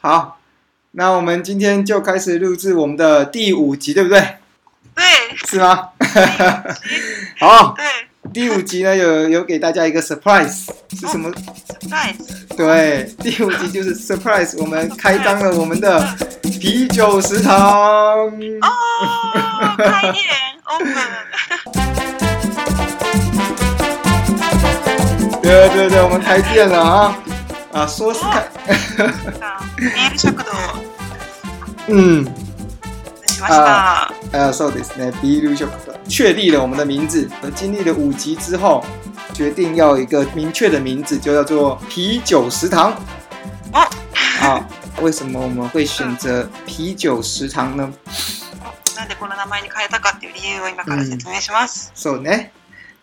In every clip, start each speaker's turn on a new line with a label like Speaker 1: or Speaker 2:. Speaker 1: 好，那我们今天就开始录制我们的第五集，对不对？
Speaker 2: 对
Speaker 1: 是吗？好，
Speaker 2: 对
Speaker 1: 第五集呢有有给大家一个 surprise，是什么？
Speaker 2: ，surprise，
Speaker 1: 对，第五集就是 surprise，我们开张了我们的啤酒食堂。
Speaker 2: 哦，开业 open，
Speaker 1: 对对对，我们开店了啊！啊，说是开，
Speaker 2: ビール食堂
Speaker 1: 嗯，
Speaker 2: しました。
Speaker 1: 呃，そうですね。ビールショップ确立了我们的名字，而经历了五集之后，决定要有一个明确的名字，就叫做啤酒食堂。
Speaker 2: 哦，
Speaker 1: 啊，为什么我们会选择啤酒食堂呢？
Speaker 2: なんでこの名前に変えたかっていう理由を今から説明します。
Speaker 1: そうね。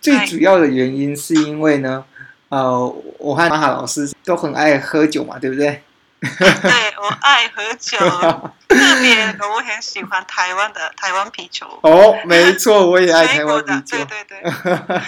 Speaker 1: 最主要的原因是因为呢，呃，我和马哈老师都很爱喝酒嘛，对不对？
Speaker 2: 对，我爱喝酒，特别我很喜欢台湾的台湾啤酒，
Speaker 1: 哦，没错，我也爱台
Speaker 2: 水果
Speaker 1: 湾啤
Speaker 2: 的，
Speaker 1: 酒
Speaker 2: 对。对对，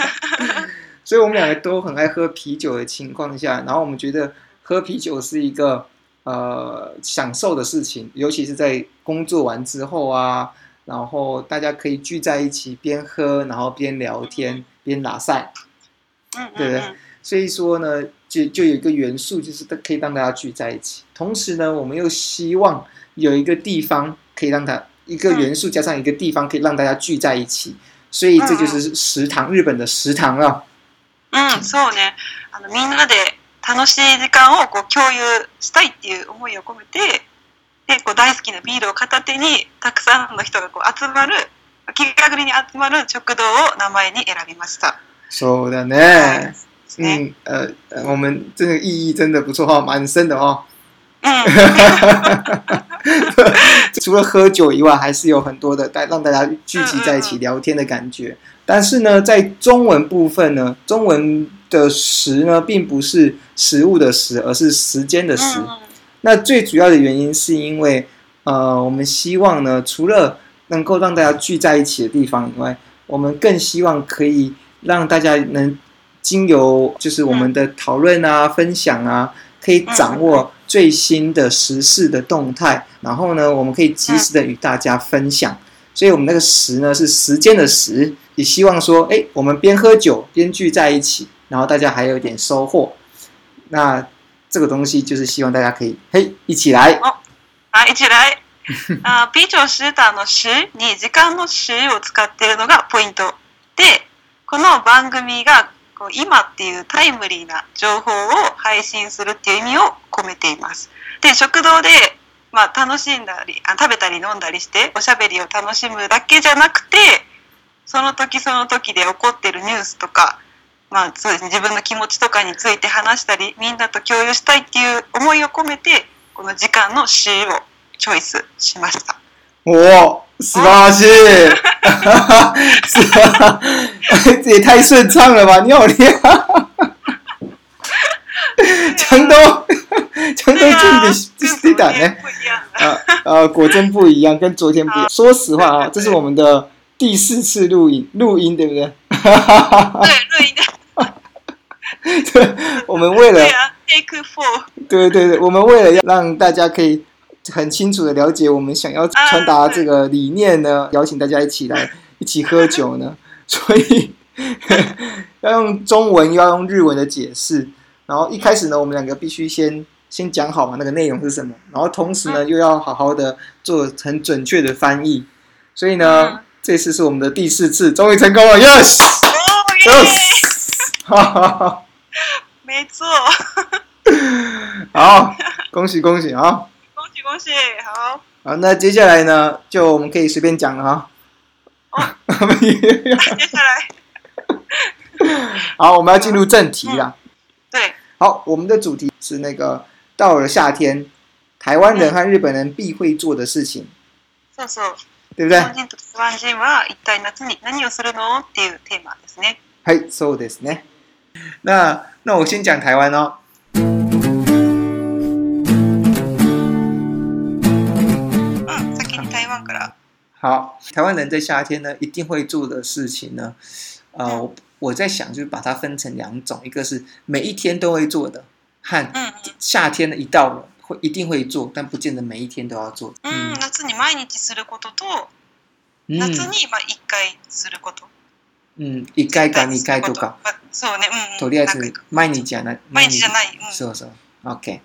Speaker 1: 所以我们两个都很爱喝啤酒的情况下，然后我们觉得喝啤酒是一个呃享受的事情，尤其是在工作完之后啊，然后大家可以聚在一起边喝，然后边聊天边拉赛。
Speaker 2: 嗯
Speaker 1: 对
Speaker 2: 嗯
Speaker 1: 对
Speaker 2: 嗯，
Speaker 1: 所以说呢，就就有一个元素，就是可以让大家聚在一起。同时呢，我们又希望有一个地方可以让它一个元素加上一个地方可以让大家聚在一起，所以这就是食堂，日本的食堂啊了。
Speaker 2: うん、そうね。あのみんなで楽しい時間をこう共有したいっていう思いを込めて、でこう大好きなビールを片手にたくさんの人がこう集まる気軽に集まる食堂を名前に選びました。
Speaker 1: そうだ
Speaker 2: はい
Speaker 1: ね。
Speaker 2: ですね。
Speaker 1: 嗯，呃，呃我们这个意义真的不错哈、蛮深的哦。
Speaker 2: うん、
Speaker 1: 除了喝酒以外，还是有很多的带让大家聚集在一起聊天的感觉。但是呢，在中文部分呢，中文的“食”呢，并不是食物的“食”，而是时间的“时”
Speaker 2: うん、
Speaker 1: 那最主要的原因是因为，呃，我们希望呢，除了能够让大家聚在一起的地方以外，我们更希望可以让大家能经由就是我们的讨论啊、分享啊，可以掌握最新的时事的动态，然后呢，我们可以及时的与大家分享。所以，我们那个“时”呢是时间的“时”，也希望说，哎，我们边喝酒边聚在一起，然后大家还有一点收获。那这个东西就是希望大家可以嘿一起来，
Speaker 2: あ一来あピーチョンシューターの「シュ」に時間の「シュ」を使っているのがポイントでこの番組がこう今っていうタイムリーな情報を配信するっていう意味を込めています。で食堂で、まあ、楽しんだりあ食べたり飲んだりしておしゃべりを楽しむだけじゃなくてその時その時で起こってるニュースとか、まあそうですね、自分の気持ちとかについて話したりみんなと共有したいっていう思いを込めてこの時間の「シュ」をチョイスしました。
Speaker 1: 哇、素晴ら しい，是啊，这也太顺畅了吧，你好厉害，强东，强东
Speaker 2: 对
Speaker 1: 真
Speaker 2: 啊
Speaker 1: 的这是对的
Speaker 2: 跟昨
Speaker 1: 呢
Speaker 2: 天，不一样了
Speaker 1: 啊啊，果真不一样，跟昨天不一样。说实话啊，这是我们的第四次录影，录音对不对？
Speaker 2: 对，录音的，
Speaker 1: 对，我们为了
Speaker 2: 对啊，Take Four，
Speaker 1: 对对对，我们为了要让大家可以很清楚的了解我们想要传达这个理念呢，邀请大家一起来一起喝酒呢，所以要用中文，又要用日文的解释。然后一开始呢，我们两个必须先先讲好嘛，那个内容是什么，然后同时呢，又要好好的做很准确的翻译。所以呢
Speaker 2: 嗯，
Speaker 1: 这次是我们的第四次，终于成功了，yes
Speaker 2: 哦耶，
Speaker 1: yes，哈哈哈，
Speaker 2: 没错，
Speaker 1: 好，恭喜恭喜啊！好
Speaker 2: 恭喜恭喜，好，
Speaker 1: 好，那接下来呢，就我们可以随便讲了哈。
Speaker 2: 哦接下来，
Speaker 1: 好，我们要进入正题啦。
Speaker 2: 对，
Speaker 1: 好，我们的主题是那个到了夏天，台湾人和日本人必会做的事情，
Speaker 2: そうそう、
Speaker 1: 对不
Speaker 2: 日
Speaker 1: 对？
Speaker 2: 本人と台湾人は一体夏に何をするのっていうテーマですね。
Speaker 1: 嗨，so this 呢？那那我先讲台湾哦。
Speaker 2: うん、先に台湾から。
Speaker 1: 好，台湾人在夏天呢一定会做的事情呢，呃，我我在想就是把它分成两种，一个是每一天都会做的，和
Speaker 2: うん、うん、
Speaker 1: 夏天的一到了会一定会做，但不见得每一天都要做。嗯
Speaker 2: うん、夏に毎日することと、
Speaker 1: うん
Speaker 2: 夏にまあ1回すること。
Speaker 1: うん、嗯一回か二回とか、。
Speaker 2: まあ、そうね、うんうん。
Speaker 1: とりあえ
Speaker 2: なん
Speaker 1: ず
Speaker 2: か
Speaker 1: 毎日はな
Speaker 2: 毎日じゃない。うん、
Speaker 1: そうそう，OK。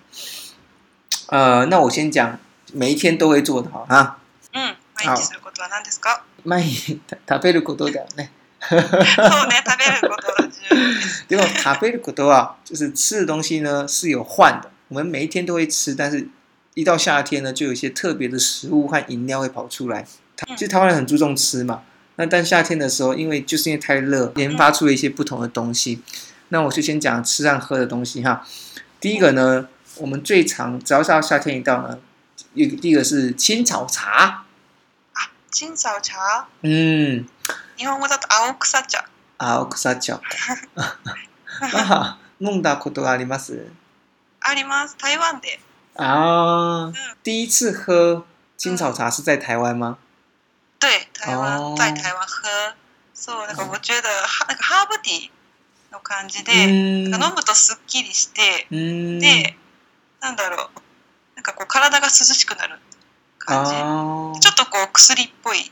Speaker 1: 呃，那我先讲每一天都会做的哈啊。
Speaker 2: うん、毎日することは何ですか
Speaker 1: 毎日た食べることだよね。
Speaker 2: そうね、食べることが重要です。
Speaker 1: でも食べることは啊就是吃的东西呢是有换的，我们每一天都会吃，但是一到夏天呢，就有一些特别的食物和饮料会跑出来。
Speaker 2: 嗯
Speaker 1: 其实台湾人很注重吃嘛，那但夏天的时候，因为就是因为太热，研发出了一些不同的东西。那我就先讲吃和喝的东西哈。第一个呢，我们最常只要是到夏天一到呢，一个第一个是青草茶，
Speaker 2: チンサオ茶
Speaker 1: 嗯，啊
Speaker 2: 日本語だと青草茶。
Speaker 1: 青草茶。 あ飲んだことがあります
Speaker 2: あります。台湾で。
Speaker 1: 啊。第一次喝青草茶是在台湾吗？
Speaker 2: 对，台
Speaker 1: 哦
Speaker 2: 湾在台湾喝。そう、だから我觉得はなんかハーブティーの感じで、
Speaker 1: 嗯
Speaker 2: なんか飲むとすっきりして、
Speaker 1: 嗯
Speaker 2: で、なんだろう、なんかこう体が涼しくなる感じ。
Speaker 1: 啊，
Speaker 2: ちょっとこう薬っぽい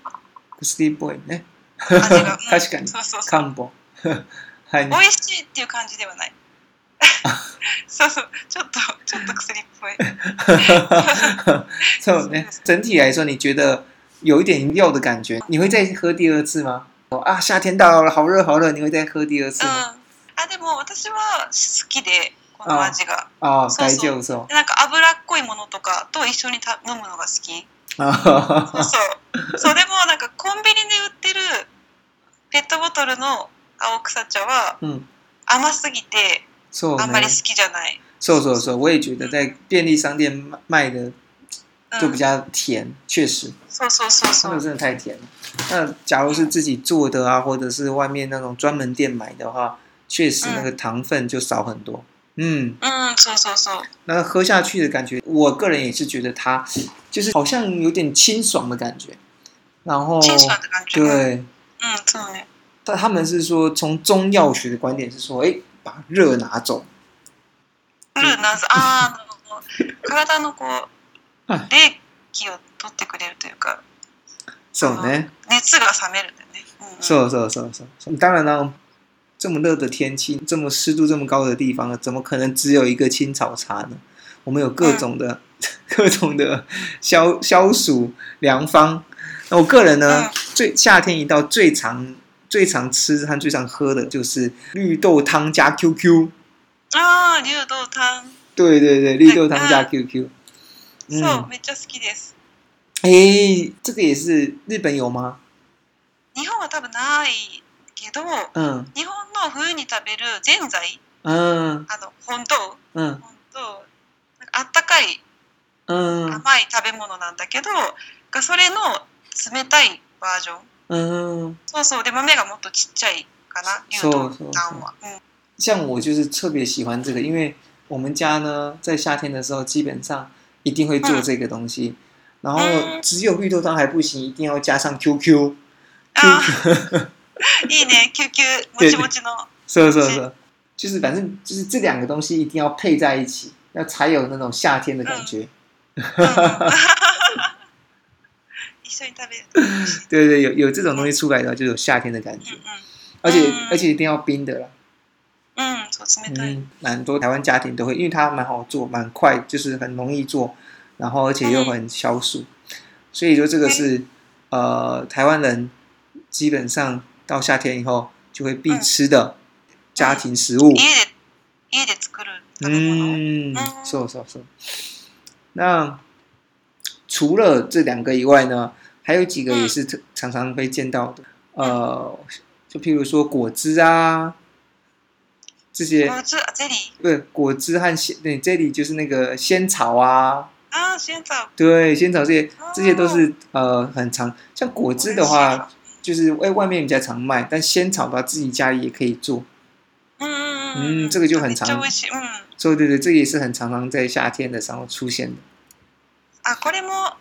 Speaker 1: 薬っぽいね。
Speaker 2: 味 が。うん
Speaker 1: 確かに
Speaker 2: そうそうそう。
Speaker 1: 漢 方。はい
Speaker 2: 美。 味しいっていう感じではない。 そうそう、ちょっと、ちょっと薬っぽい。
Speaker 1: そうね。哎整体来说，你觉得有一点药的感觉，你会再喝第二次吗？哦啊，夏天到了，好热好热，你会再喝第二次
Speaker 2: うん、
Speaker 1: 吗？
Speaker 2: あでも私は好きでこの味が
Speaker 1: 哦，
Speaker 2: そう
Speaker 1: 大
Speaker 2: そう
Speaker 1: 丈夫そう
Speaker 2: でなんか脂っこいものとかと一緒にた飲むのが好きそう
Speaker 1: あ。
Speaker 2: そうそれもなんかコンビニで売ってるペットボトルの青草茶は
Speaker 1: 嗯，哎
Speaker 2: 甘すぎて
Speaker 1: そう
Speaker 2: あんまり
Speaker 1: ね
Speaker 2: 好。きじゃない、
Speaker 1: そうそうそう，我也觉得在便利商店卖卖的
Speaker 2: うん
Speaker 1: 就比较甜，确实，
Speaker 2: そうそうそう
Speaker 1: 那
Speaker 2: そ
Speaker 1: 个
Speaker 2: う
Speaker 1: 真的太甜了。那假如是自己做的啊，或者是外面那种专门店买的话，确实那个糖分就少很多。嗯，
Speaker 2: うんそうそうそう
Speaker 1: 那喝下去的感觉，我个人也是觉得它就是好像有点清爽的感觉。然后，
Speaker 2: チンシャンって感じうん
Speaker 1: 对，
Speaker 2: そうね
Speaker 1: 但他们是说从中药学的观点是说，哎，把热拿走。
Speaker 2: ブルーナーズあーあの体のこう
Speaker 1: はい
Speaker 2: 冷気を取ってくれるというか
Speaker 1: そうね。
Speaker 2: 熱が冷めるんだよね、うんうん、
Speaker 1: 是哦是是是是，当然啦，这么热的天气，这么湿度这么高的地方，怎么可能只有一个青草茶呢？我们有各种
Speaker 2: 嗯
Speaker 1: 的、 各种的消消暑良方。那我个人呢，
Speaker 2: 嗯
Speaker 1: 最夏天一到最常最常吃和最常喝的就是绿豆汤加 QQ。
Speaker 2: ああ竜道炭
Speaker 1: 对对对，绿豆汤加
Speaker 2: 嗯哦
Speaker 1: QQ。
Speaker 2: そ
Speaker 1: 嗯
Speaker 2: う、，めっちゃ好きです。
Speaker 1: 诶，这个也是日本有吗？
Speaker 2: 日本は多分ないけど、
Speaker 1: 嗯
Speaker 2: 日本の冬に食べるぜんざい、
Speaker 1: 嗯
Speaker 2: あの、本当
Speaker 1: 嗯
Speaker 2: 本当なんかあったかい
Speaker 1: 嗯
Speaker 2: 甘い食べ物なんだけど、がそれの冷たいバージョン。
Speaker 1: 嗯。
Speaker 2: そうそう、で豆がもっとちっちゃいかな、牛
Speaker 1: そう
Speaker 2: 丼
Speaker 1: そう
Speaker 2: タンは。うん
Speaker 1: 像我就是特别喜欢这个，因为我们家呢在夏天的时候基本上一定会做这个东西，然后
Speaker 2: 嗯
Speaker 1: 只有绿豆汤还不行，一定要加上 QQ。
Speaker 2: あーいいね、救急、もちもちの。
Speaker 1: 是啊是
Speaker 2: 是
Speaker 1: 是，就是反正就是这两个东西一定要配在一起，那才有那种夏天的感
Speaker 2: 嗯
Speaker 1: 觉。
Speaker 2: うん 一緒に食べると美味しい。
Speaker 1: 对对，有有这种东西出来的话，就有夏天的感觉，而且
Speaker 2: 嗯
Speaker 1: 而且一定要冰的啦。
Speaker 2: うん、うん、うん、そう冷たい。
Speaker 1: 嗯，蛮多台湾家庭都会，因为它蛮好做，蛮快，就是很容易做，然后而且又很消暑，所以说这个是呃台湾人基本上到夏天以后就会必吃的家庭食物。
Speaker 2: 家で家で作る食べ物、
Speaker 1: 嗯
Speaker 2: 嗯，
Speaker 1: 是是是。那除了这两个以外呢，还有几个也是特常常被见到的，呃，就譬如说果汁啊这些。
Speaker 2: 普通あゼリー
Speaker 1: 对，果汁和仙，对，这里就是那个仙草啊，
Speaker 2: ああ仙草
Speaker 1: 对，仙草这些，这些都是
Speaker 2: 哦
Speaker 1: 呃很常。像果汁的话，就是哎、外面比较常卖，但仙草的话自己家里也可以做。
Speaker 2: うんうんうん
Speaker 1: 嗯这个就很常
Speaker 2: めっちゃ美味しいうん
Speaker 1: 所以对对，这个也是很常常在夏天的时候出现的
Speaker 2: あこれも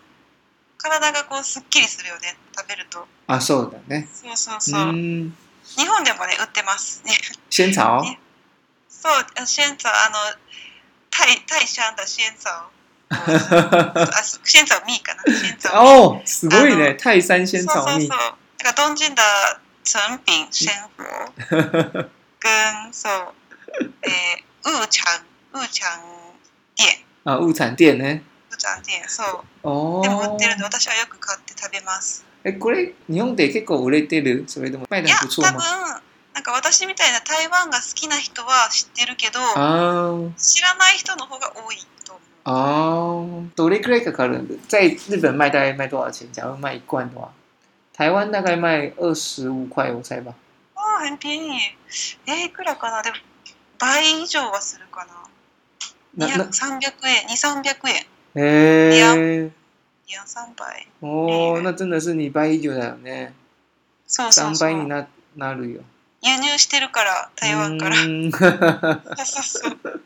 Speaker 2: 体がこうすっきりするよね食べると
Speaker 1: 啊，そうだね。
Speaker 2: そうそうそう、
Speaker 1: 嗯，
Speaker 2: 日本でもね売ってますね
Speaker 1: 仙草
Speaker 2: ねそうあ仙草あのタイタイシャンダシエンサ あ、仙草蜜かな。仙草 蜜。
Speaker 1: 哦，すごい
Speaker 2: 啊
Speaker 1: ね。泰山仙
Speaker 2: そう
Speaker 1: 草
Speaker 2: そう
Speaker 1: 蜜
Speaker 2: そ。う。那个东京的成品鲜活跟 そう、えー、ウーチャンウーチャン店
Speaker 1: 啊，物产店ね。
Speaker 2: ウーチャン店そう
Speaker 1: 哦
Speaker 2: で。も売ってるの私はよく買って食べます。
Speaker 1: え、これ日本で結構売れてる。それでも卖
Speaker 2: い
Speaker 1: 的
Speaker 2: や
Speaker 1: 不错
Speaker 2: 多分
Speaker 1: 吗？
Speaker 2: なんか私みたいな台湾が好きな人は知ってるけど
Speaker 1: あ
Speaker 2: 知らない人の方が多いと思う。
Speaker 1: あ哦，どれくらいかかるんで？在日本卖大概卖多少钱？假如卖一罐的话，台湾大概卖二十五块，我猜吧。
Speaker 2: ああ、很便宜。えーいくらかなでも倍以上はするかな。
Speaker 1: 那那
Speaker 2: 200 300円、2、300円。
Speaker 1: 哎，
Speaker 2: いや、3倍。嗯
Speaker 1: 哦，那真的是你掰一九的呢，
Speaker 2: そうそ
Speaker 1: 三
Speaker 2: うそ
Speaker 1: 掰
Speaker 2: う。
Speaker 1: 你那那里有。
Speaker 2: 輸入してるから、台湾から。
Speaker 1: 嗯
Speaker 2: そうそうそう。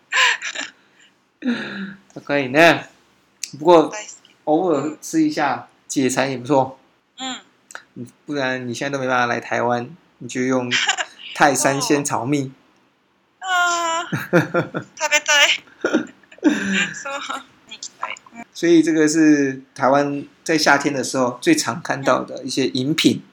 Speaker 1: 嗯 可以呢，不过
Speaker 2: 大好き。
Speaker 1: 偶尔吃一下解馋也不错。
Speaker 2: うん。
Speaker 1: 嗯不然你现在都没办法来台湾，你就用泰山
Speaker 2: 哦
Speaker 1: 仙草蜜。
Speaker 2: ああ、 食べたい。そう。行きたい。
Speaker 1: 所以这个是台湾在夏天的时候最常看到的一些饮品。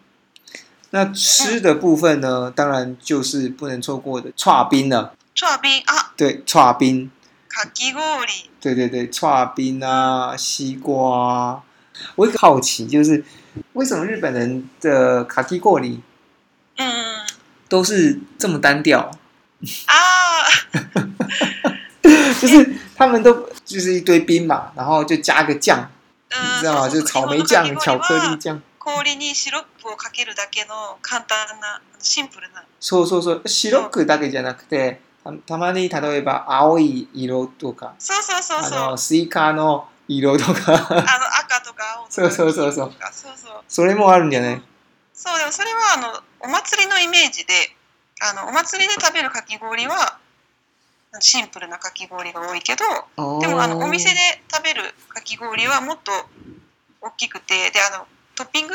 Speaker 1: 那吃的部分呢，当然就是不能错过的串冰了。
Speaker 2: チョアビン、あ、
Speaker 1: 对，串冰，
Speaker 2: かき氷。
Speaker 1: 对对对，串冰啊，西瓜、啊。我有一个好奇就是，为什么日本人的卡基过里
Speaker 2: うん。
Speaker 1: 都是这么单调？
Speaker 2: ああ、
Speaker 1: 就是他们都就是一堆冰嘛，然后就加个酱，
Speaker 2: うん。
Speaker 1: 你知道吗？
Speaker 2: そ
Speaker 1: 就
Speaker 2: う
Speaker 1: 是
Speaker 2: そう
Speaker 1: 草莓 酱、
Speaker 2: 日本
Speaker 1: 巧
Speaker 2: のかき氷は
Speaker 1: 克力酱。
Speaker 2: 氷にシロップをかけるだけの簡単な、シンプルな。
Speaker 1: そうそうそう。白くだけじゃなくて、たたまに例えば青い色とか、
Speaker 2: そうそうそう
Speaker 1: あ
Speaker 2: そう。
Speaker 1: のスイカの色とか、
Speaker 2: あの赤とか青とか
Speaker 1: そうそうそうそう
Speaker 2: 黄色とかそうそう
Speaker 1: それもあるんじゃない？
Speaker 2: そうでもそれはあのお祭りのイメージであのお祭りで食べるかき氷はシンプルなかき氷が多いけどでもあのお店で食べるかき氷はもっと大きくてであのトッピング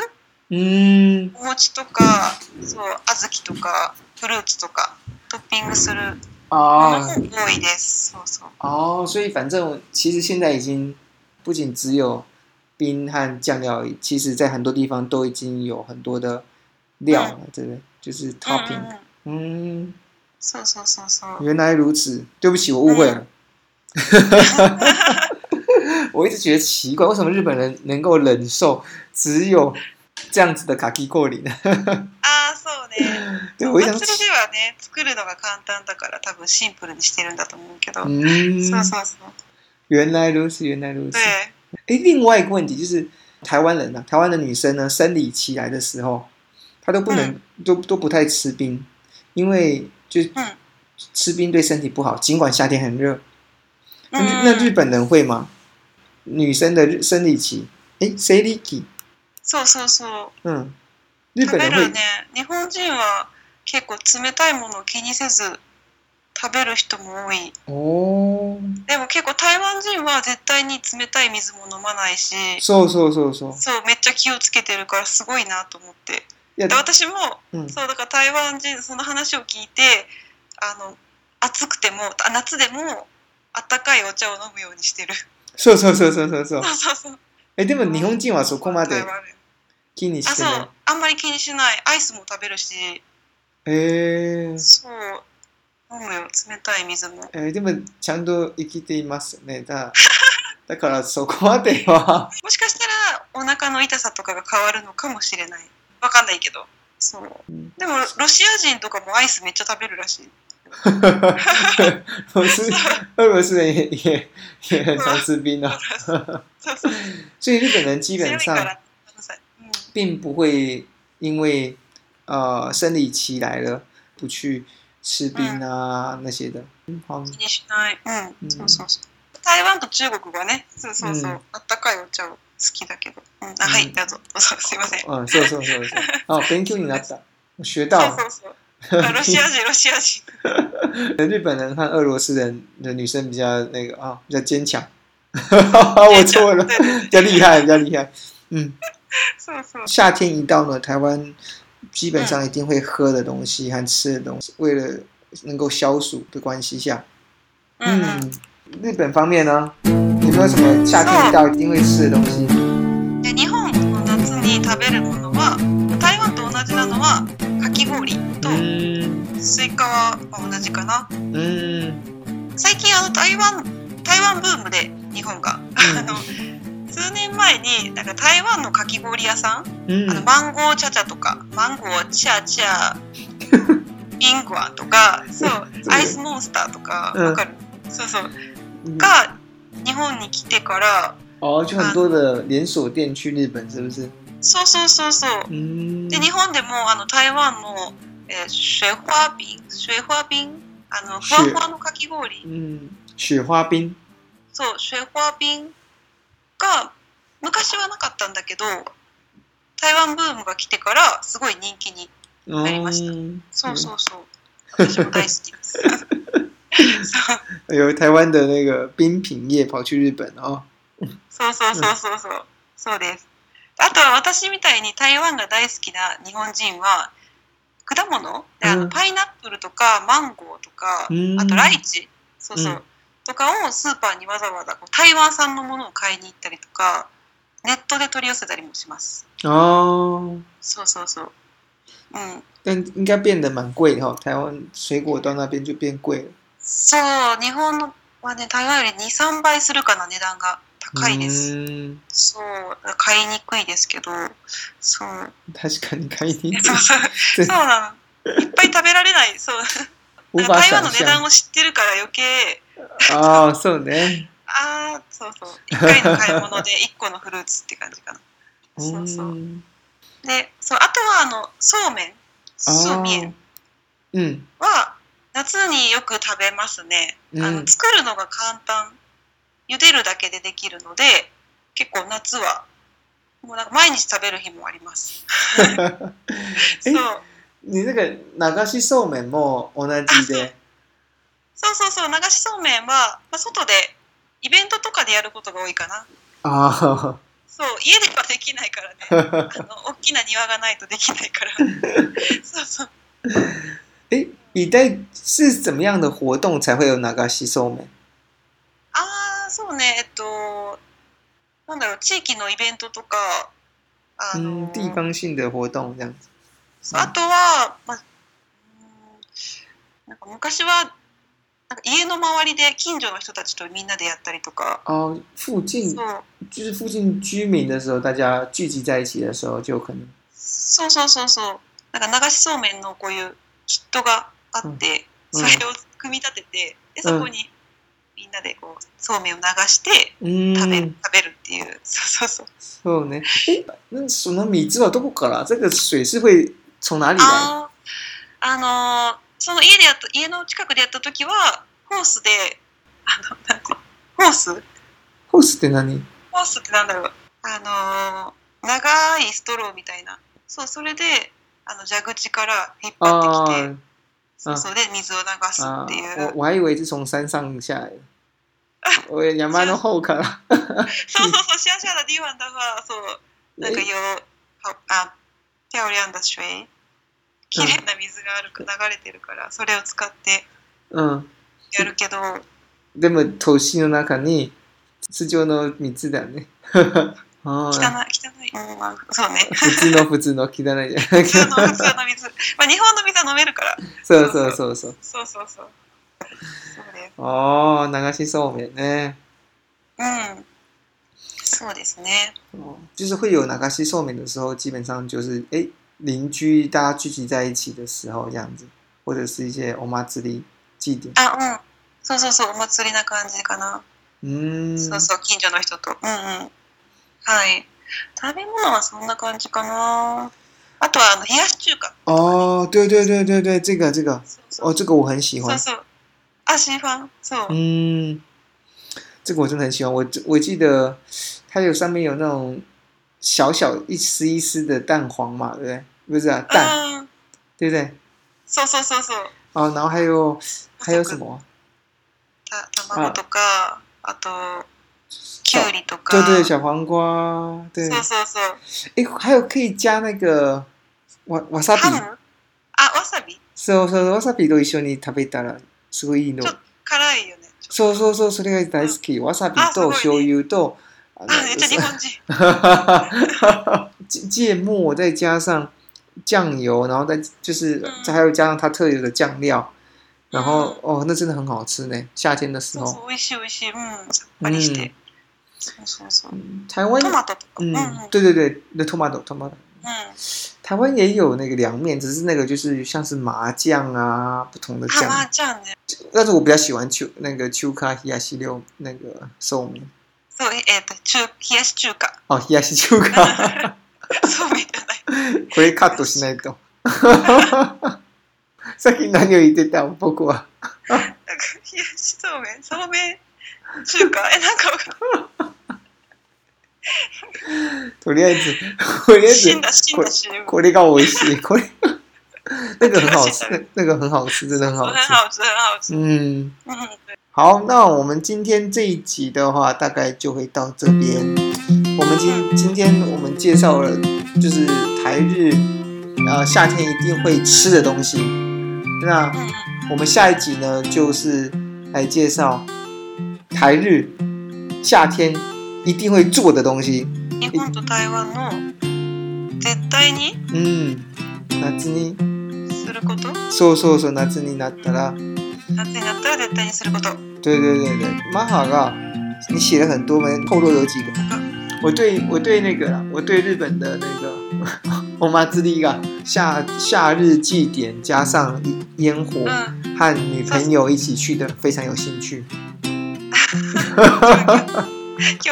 Speaker 1: うーん。
Speaker 2: お餅とかそう小豆とかフルーツとかトッピングするもの
Speaker 1: あ
Speaker 2: も
Speaker 1: ー
Speaker 2: 多いですそうそう
Speaker 1: 哦，所以反正其实现在已经不仅只有冰和酱料而已，其实在很多地方都已经有很多的料了，对不对？就是
Speaker 2: うんうんう
Speaker 1: topping。
Speaker 2: ん
Speaker 1: 嗯，
Speaker 2: そうそうそうそう
Speaker 1: 原来如此，对不起，我误会了。 我一直觉得奇怪，为什么日本人能够忍受只有这样子的卡基过里呢？
Speaker 2: ああそうね
Speaker 1: 对，
Speaker 2: お
Speaker 1: 我一
Speaker 2: 祭
Speaker 1: 想
Speaker 2: り、ではね作るのが簡単だから多分シンプルにしてるんだと思うけど、
Speaker 1: 嗯，
Speaker 2: そうそうそう
Speaker 1: 原来如此，原来如此
Speaker 2: で。
Speaker 1: 诶，另外一个问题就是，台湾人啊，台湾的女生呢，生理期来的时候，她都不能，都都不太吃冰，因为就、
Speaker 2: 嗯
Speaker 1: 吃冰对身体不好，尽管夏天很热。那日那
Speaker 2: う
Speaker 1: 日
Speaker 2: ん、
Speaker 1: 本人会吗？女生的日生理期，诶，生理期，
Speaker 2: そうそうそ
Speaker 1: 嗯，
Speaker 2: う
Speaker 1: 日本
Speaker 2: 食べ
Speaker 1: 人
Speaker 2: る
Speaker 1: 会
Speaker 2: ね日本人は結構冷たいものを気にせず食べる人も多い
Speaker 1: 哦，
Speaker 2: でも結構台湾人は絶対に冷たい水も飲まないし
Speaker 1: そうそうそうそう。
Speaker 2: そうめっちゃ気をつけてるからすごいなと思って
Speaker 1: いや
Speaker 2: で私も
Speaker 1: うん
Speaker 2: そうだから台湾人その話を聞いてあの暑くてもあ夏でもあったかいお茶を飲むようにしてる
Speaker 1: そうそうそうそうそうそう
Speaker 2: そ。うそうそう。
Speaker 1: え、でも日本人はそこまで
Speaker 2: 台湾人
Speaker 1: 気に
Speaker 2: あ、
Speaker 1: して
Speaker 2: そう
Speaker 1: ない。。
Speaker 2: あんまり気にしない。アイスも食べるし、
Speaker 1: えー。
Speaker 2: そう。飲むよ。冷たい水も。
Speaker 1: えーでもちゃんと生きていますね。だだからそこまで は
Speaker 2: もしかしたら、お腹の痛さとかが変わるのかもしれない。わかんないけど。そう。でも、ロシア人とかもアイスめっちゃ食べるらしい。
Speaker 1: 俄罗斯俄罗斯人也也也很常吃冰啊，
Speaker 2: そうそう。
Speaker 1: 所以日本人基
Speaker 2: 強
Speaker 1: 本
Speaker 2: いか
Speaker 1: 上
Speaker 2: ら。ごめんなさいうん
Speaker 1: 并不会因为呃生理期来了不去吃冰啊那些的。嗯好，
Speaker 2: 気にしない。う。
Speaker 1: うんん。
Speaker 2: そうそうそう。台湾と中国はね、そうそうそううんあったかいお茶を好きだけど。うん。あ、はい、どうぞ。どうぞすいません。
Speaker 1: 嗯，そうそうそうそう。 哦，thank you，你拿到，我学到了。
Speaker 2: そうそうそう。 あロシア人、ロシア人。
Speaker 1: 日本人和俄罗斯人的女生比较那个啊、比较坚 强。我错了。
Speaker 2: 对对
Speaker 1: 比较厉害，比较厉害。嗯，
Speaker 2: そうそう。
Speaker 1: 夏天一到呢，台湾基本上一定会喝的东西和吃的东西，为了能够消暑的关系下，
Speaker 2: うんうん。
Speaker 1: 嗯日本方面呢，有没有什么夏天到一定会吃的东西？
Speaker 2: で日本の夏に食べるものは台湾と同じなのはかき氷と
Speaker 1: 嗯
Speaker 2: スイカはまあ同じかな
Speaker 1: 嗯
Speaker 2: 最近あの台湾台湾ブームで日本があ
Speaker 1: 嗯
Speaker 2: の数年前になんか台湾のかき氷屋さん
Speaker 1: 嗯
Speaker 2: あのマンゴーチャチャとかマンゴーチャチャリンゴアとかそうアイスモンスターとか
Speaker 1: うん
Speaker 2: わかるそうそう
Speaker 1: 嗯
Speaker 2: が日本に来てから
Speaker 1: 哦，就很多的连锁店去日本是不是？
Speaker 2: そうそうそうそう
Speaker 1: 嗯
Speaker 2: で日本でもあの台湾の、えー、シェファービンシェファービンあのふ
Speaker 1: シ
Speaker 2: わ
Speaker 1: ェ
Speaker 2: ふわのかき氷
Speaker 1: 嗯，雪花冰，
Speaker 2: そうシェファービンが昔はなかったんだけど台湾ブームが来てからすごい人気にりました
Speaker 1: 嗯，
Speaker 2: そうそうそう私も大好きです そう
Speaker 1: 有台湾的那个冰品业跑去日本哦，
Speaker 2: そうそうそうそうそう、そうです。あとは私みたいに台湾が大好きな日本人は果物であ
Speaker 1: う
Speaker 2: の
Speaker 1: ん
Speaker 2: パイナップルとかマンゴーとか、
Speaker 1: うん
Speaker 2: あとライチそうそう、
Speaker 1: うん
Speaker 2: とかをスーパーにわざわざこう台湾産のものを買いに行ったりとかネットで取り寄せたりもします。
Speaker 1: 哦，
Speaker 2: そうそうそう。うん、
Speaker 1: 但应该变得蛮贵的哦，台湾水果到那边就变贵了。
Speaker 2: そう日本のはね台湾より23倍するかな値段が高いです。
Speaker 1: 嗯，
Speaker 2: そう買いにくいですけど そう。
Speaker 1: 確かに買い に
Speaker 2: そうそうそうなの。いっぱい食べられない。そう。
Speaker 1: 無
Speaker 2: な
Speaker 1: 法
Speaker 2: んか台湾の
Speaker 1: 想
Speaker 2: 値段
Speaker 1: 象哦
Speaker 2: を知ってるから余計、
Speaker 1: ああ、そうね。
Speaker 2: ああ、そうそう。一回の買い物で一個のフルーツって感じかな。そうそう
Speaker 1: うん
Speaker 2: で、そうあとはあのそうめん、そうめ
Speaker 1: あ
Speaker 2: ん
Speaker 1: ーうん。
Speaker 2: は夏によく食べますね。あ
Speaker 1: うん
Speaker 2: の作るのが簡単、茹でるだけでできるので、結構夏はもうなんか毎日食べる日もあ ります。
Speaker 1: え
Speaker 2: そう。
Speaker 1: 你那个流しそうめんも同じで。
Speaker 2: そうそうそう流しそうめんは、まあ、外でイベントとかでやることが多いかな
Speaker 1: あ
Speaker 2: そう家ではできないからね
Speaker 1: あ。
Speaker 2: あの大きな庭がないとできないから そうそう
Speaker 1: え、一体是怎么样的活动才会有流しそうめん？
Speaker 2: ああそうねえっとなんだろう地域のイベントとかあ
Speaker 1: 嗯啊
Speaker 2: の、
Speaker 1: 地方性的活动这样子。
Speaker 2: そうあとは、まあ、うんなんか昔はなんか家の周りで近所の人たちとみんなでやったりとか、
Speaker 1: 哦，附近
Speaker 2: そう
Speaker 1: 就是附近居民的时候，大家聚集在一起的时候，就可能
Speaker 2: そうそうそうそう。なんか流しそうめんのこういうキットがあって、
Speaker 1: うん
Speaker 2: それを組み立てて、でそこにみんなでこうそうめんを流して
Speaker 1: 嗯
Speaker 2: 食べる、食べるっていう。そうそうそう。
Speaker 1: そうね。え、那什么米汁はどこから？这个水是会从哪里来？
Speaker 2: あーあのーその家でやった家の近くでやった時はホースであのなんてホースホ
Speaker 1: ホースって何？
Speaker 2: ースってなんだろうあのー長いストローみたいなそうそれであの蛇口から引っ張ってきて
Speaker 1: あ
Speaker 2: そうそうで水を流す
Speaker 1: あ
Speaker 2: っていう
Speaker 1: ー、啊我我还以为是从山上下来的。我山の方から。
Speaker 2: そうそうそう、シャンシャンだ、ディワンだが、そう、なんか
Speaker 1: え
Speaker 2: よ、はあ、手をりゃんだしゅえ。綺麗な水がある流れてるから、それを使って
Speaker 1: うん。
Speaker 2: やるけど、
Speaker 1: でも、都市の中に、通常の水だよ ね。ああ、、
Speaker 2: 汚い汚い、うん、まあ、そうね。
Speaker 1: 普通の普通の汚いじゃない。
Speaker 2: 普通の、普通の水、まあ、日本の水は飲めるから、
Speaker 1: そうそうそうそう。
Speaker 2: そうそうそう。そうです。
Speaker 1: ああ、流しそうめんね。
Speaker 2: うん。そうですね。
Speaker 1: 哦，就是会有流しそうめん的时候，基本上就是哎，邻居大家聚集在一起的时候这样子，或者是一些お祭り祭典。
Speaker 2: あ、うん。そうそうそう、お祭りな感じかな。
Speaker 1: 嗯，
Speaker 2: そうそう、近所の人と。うんうん。はい。食べ物はそんな感じかな。あとは、あの、冷やし中華。
Speaker 1: 哦，对对对对对，这个这个，
Speaker 2: そうそう。
Speaker 1: 哦，这个我很喜
Speaker 2: そ
Speaker 1: 欢
Speaker 2: う。そう。あ、シーファン。そう。
Speaker 1: 嗯，这个我真的很喜欢。我我记得它有上面有那种小小一丝一丝的蛋黄嘛，对不对？不是啊，蛋，
Speaker 2: うん。
Speaker 1: 对不对？
Speaker 2: そうそうそうそう。
Speaker 1: 哦，然后还有还有什么？
Speaker 2: た卵とか、あと、きゅうりとか。
Speaker 1: 对对，小黄瓜，对。
Speaker 2: そうそうそう。
Speaker 1: 诶，还有可以加那个わわさび
Speaker 2: ハ、ムあ、わさび
Speaker 1: そうそうわさびと一緒に食べたらすごいいいの
Speaker 2: ちょ。辛いよね。ちょっと
Speaker 1: そうそうそう、それが大好き。わさび
Speaker 2: あすごい
Speaker 1: と
Speaker 2: ね
Speaker 1: 醤油と、あの
Speaker 2: あ、めっちゃ日本人。
Speaker 1: 芥芥末再加上酱油，然后再就是
Speaker 2: 嗯
Speaker 1: 还有加上它特有的酱料，然后
Speaker 2: 嗯
Speaker 1: 哦，那真的很好吃呢。夏天的时
Speaker 2: そう
Speaker 1: 候，
Speaker 2: そう、美味しい美味しい。うん、さっぱりして。そうそうそう。
Speaker 1: 嗯台湾
Speaker 2: トマトとか。うん
Speaker 1: 嗯
Speaker 2: うん。
Speaker 1: 对对对，那 tomato tomato，
Speaker 2: うん。
Speaker 1: 台湾也有那个凉面，只是那个就是像是麻酱啊，不同的
Speaker 2: あ、
Speaker 1: 酱
Speaker 2: まあ。ちゃんね。
Speaker 1: 但是我比较喜欢秋那个秋咖冷やし料那个寿面
Speaker 2: そう、えっと、中冷やし中華。
Speaker 1: 哦，冷やし秋咖，
Speaker 2: そうみたいな。
Speaker 1: これカットしないと。 さっき何を言ってた僕 は。
Speaker 2: なんか冷やしそうめん、そうめん中華え、なんかわかん
Speaker 1: とりあえず、とりあえ
Speaker 2: な
Speaker 1: ず
Speaker 2: い死ん、だ死んだ死んだ。
Speaker 1: これが美味 しい。これ、那个很好吃
Speaker 2: 这，
Speaker 1: 那那
Speaker 2: 个
Speaker 1: 个很好吃，真的很
Speaker 2: 很
Speaker 1: 好吃。
Speaker 2: 好吃，很好吃。
Speaker 1: 嗯，
Speaker 2: うん。
Speaker 1: 好，那我们今天这一集的话，大概就会到这边。我们今今天我们介绍了，就是台日，呃，夏天一定会吃的东西。那
Speaker 2: うんうん。
Speaker 1: 我们下一集呢，就是来介绍台日夏天一定会做的东西。
Speaker 2: 日本と台湾の絶対に
Speaker 1: 嗯，夏に
Speaker 2: すること
Speaker 1: そうそうそう夏になったら。
Speaker 2: 夏になったら絶対にすること
Speaker 1: 对对对对，玛哈嘎，啊你写了很多门，透露有几个？ 我对我对那个啦，我对日本的那个 我妈之力啊，夏夏日祭典加上烟火
Speaker 2: うん
Speaker 1: 和女朋友一起去的，非常有兴趣。
Speaker 2: 興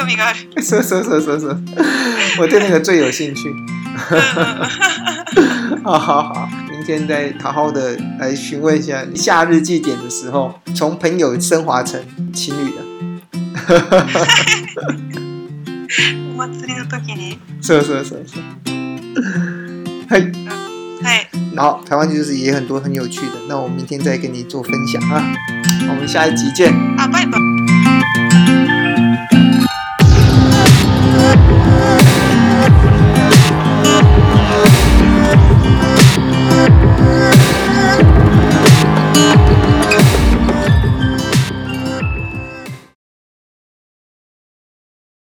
Speaker 2: 味がある
Speaker 1: 说说说说说， 我对那个最有兴趣。 好好好，明天再好好的来询问一下夏日祭典的时候，从朋友升华成情侣的。
Speaker 2: お祭りの時に
Speaker 1: 说说说说， 嘿。
Speaker 2: はい
Speaker 1: 然后台湾就是也很多很有趣的，那我们明天再跟你做分享啊，我们下一集见。
Speaker 2: あバイバイ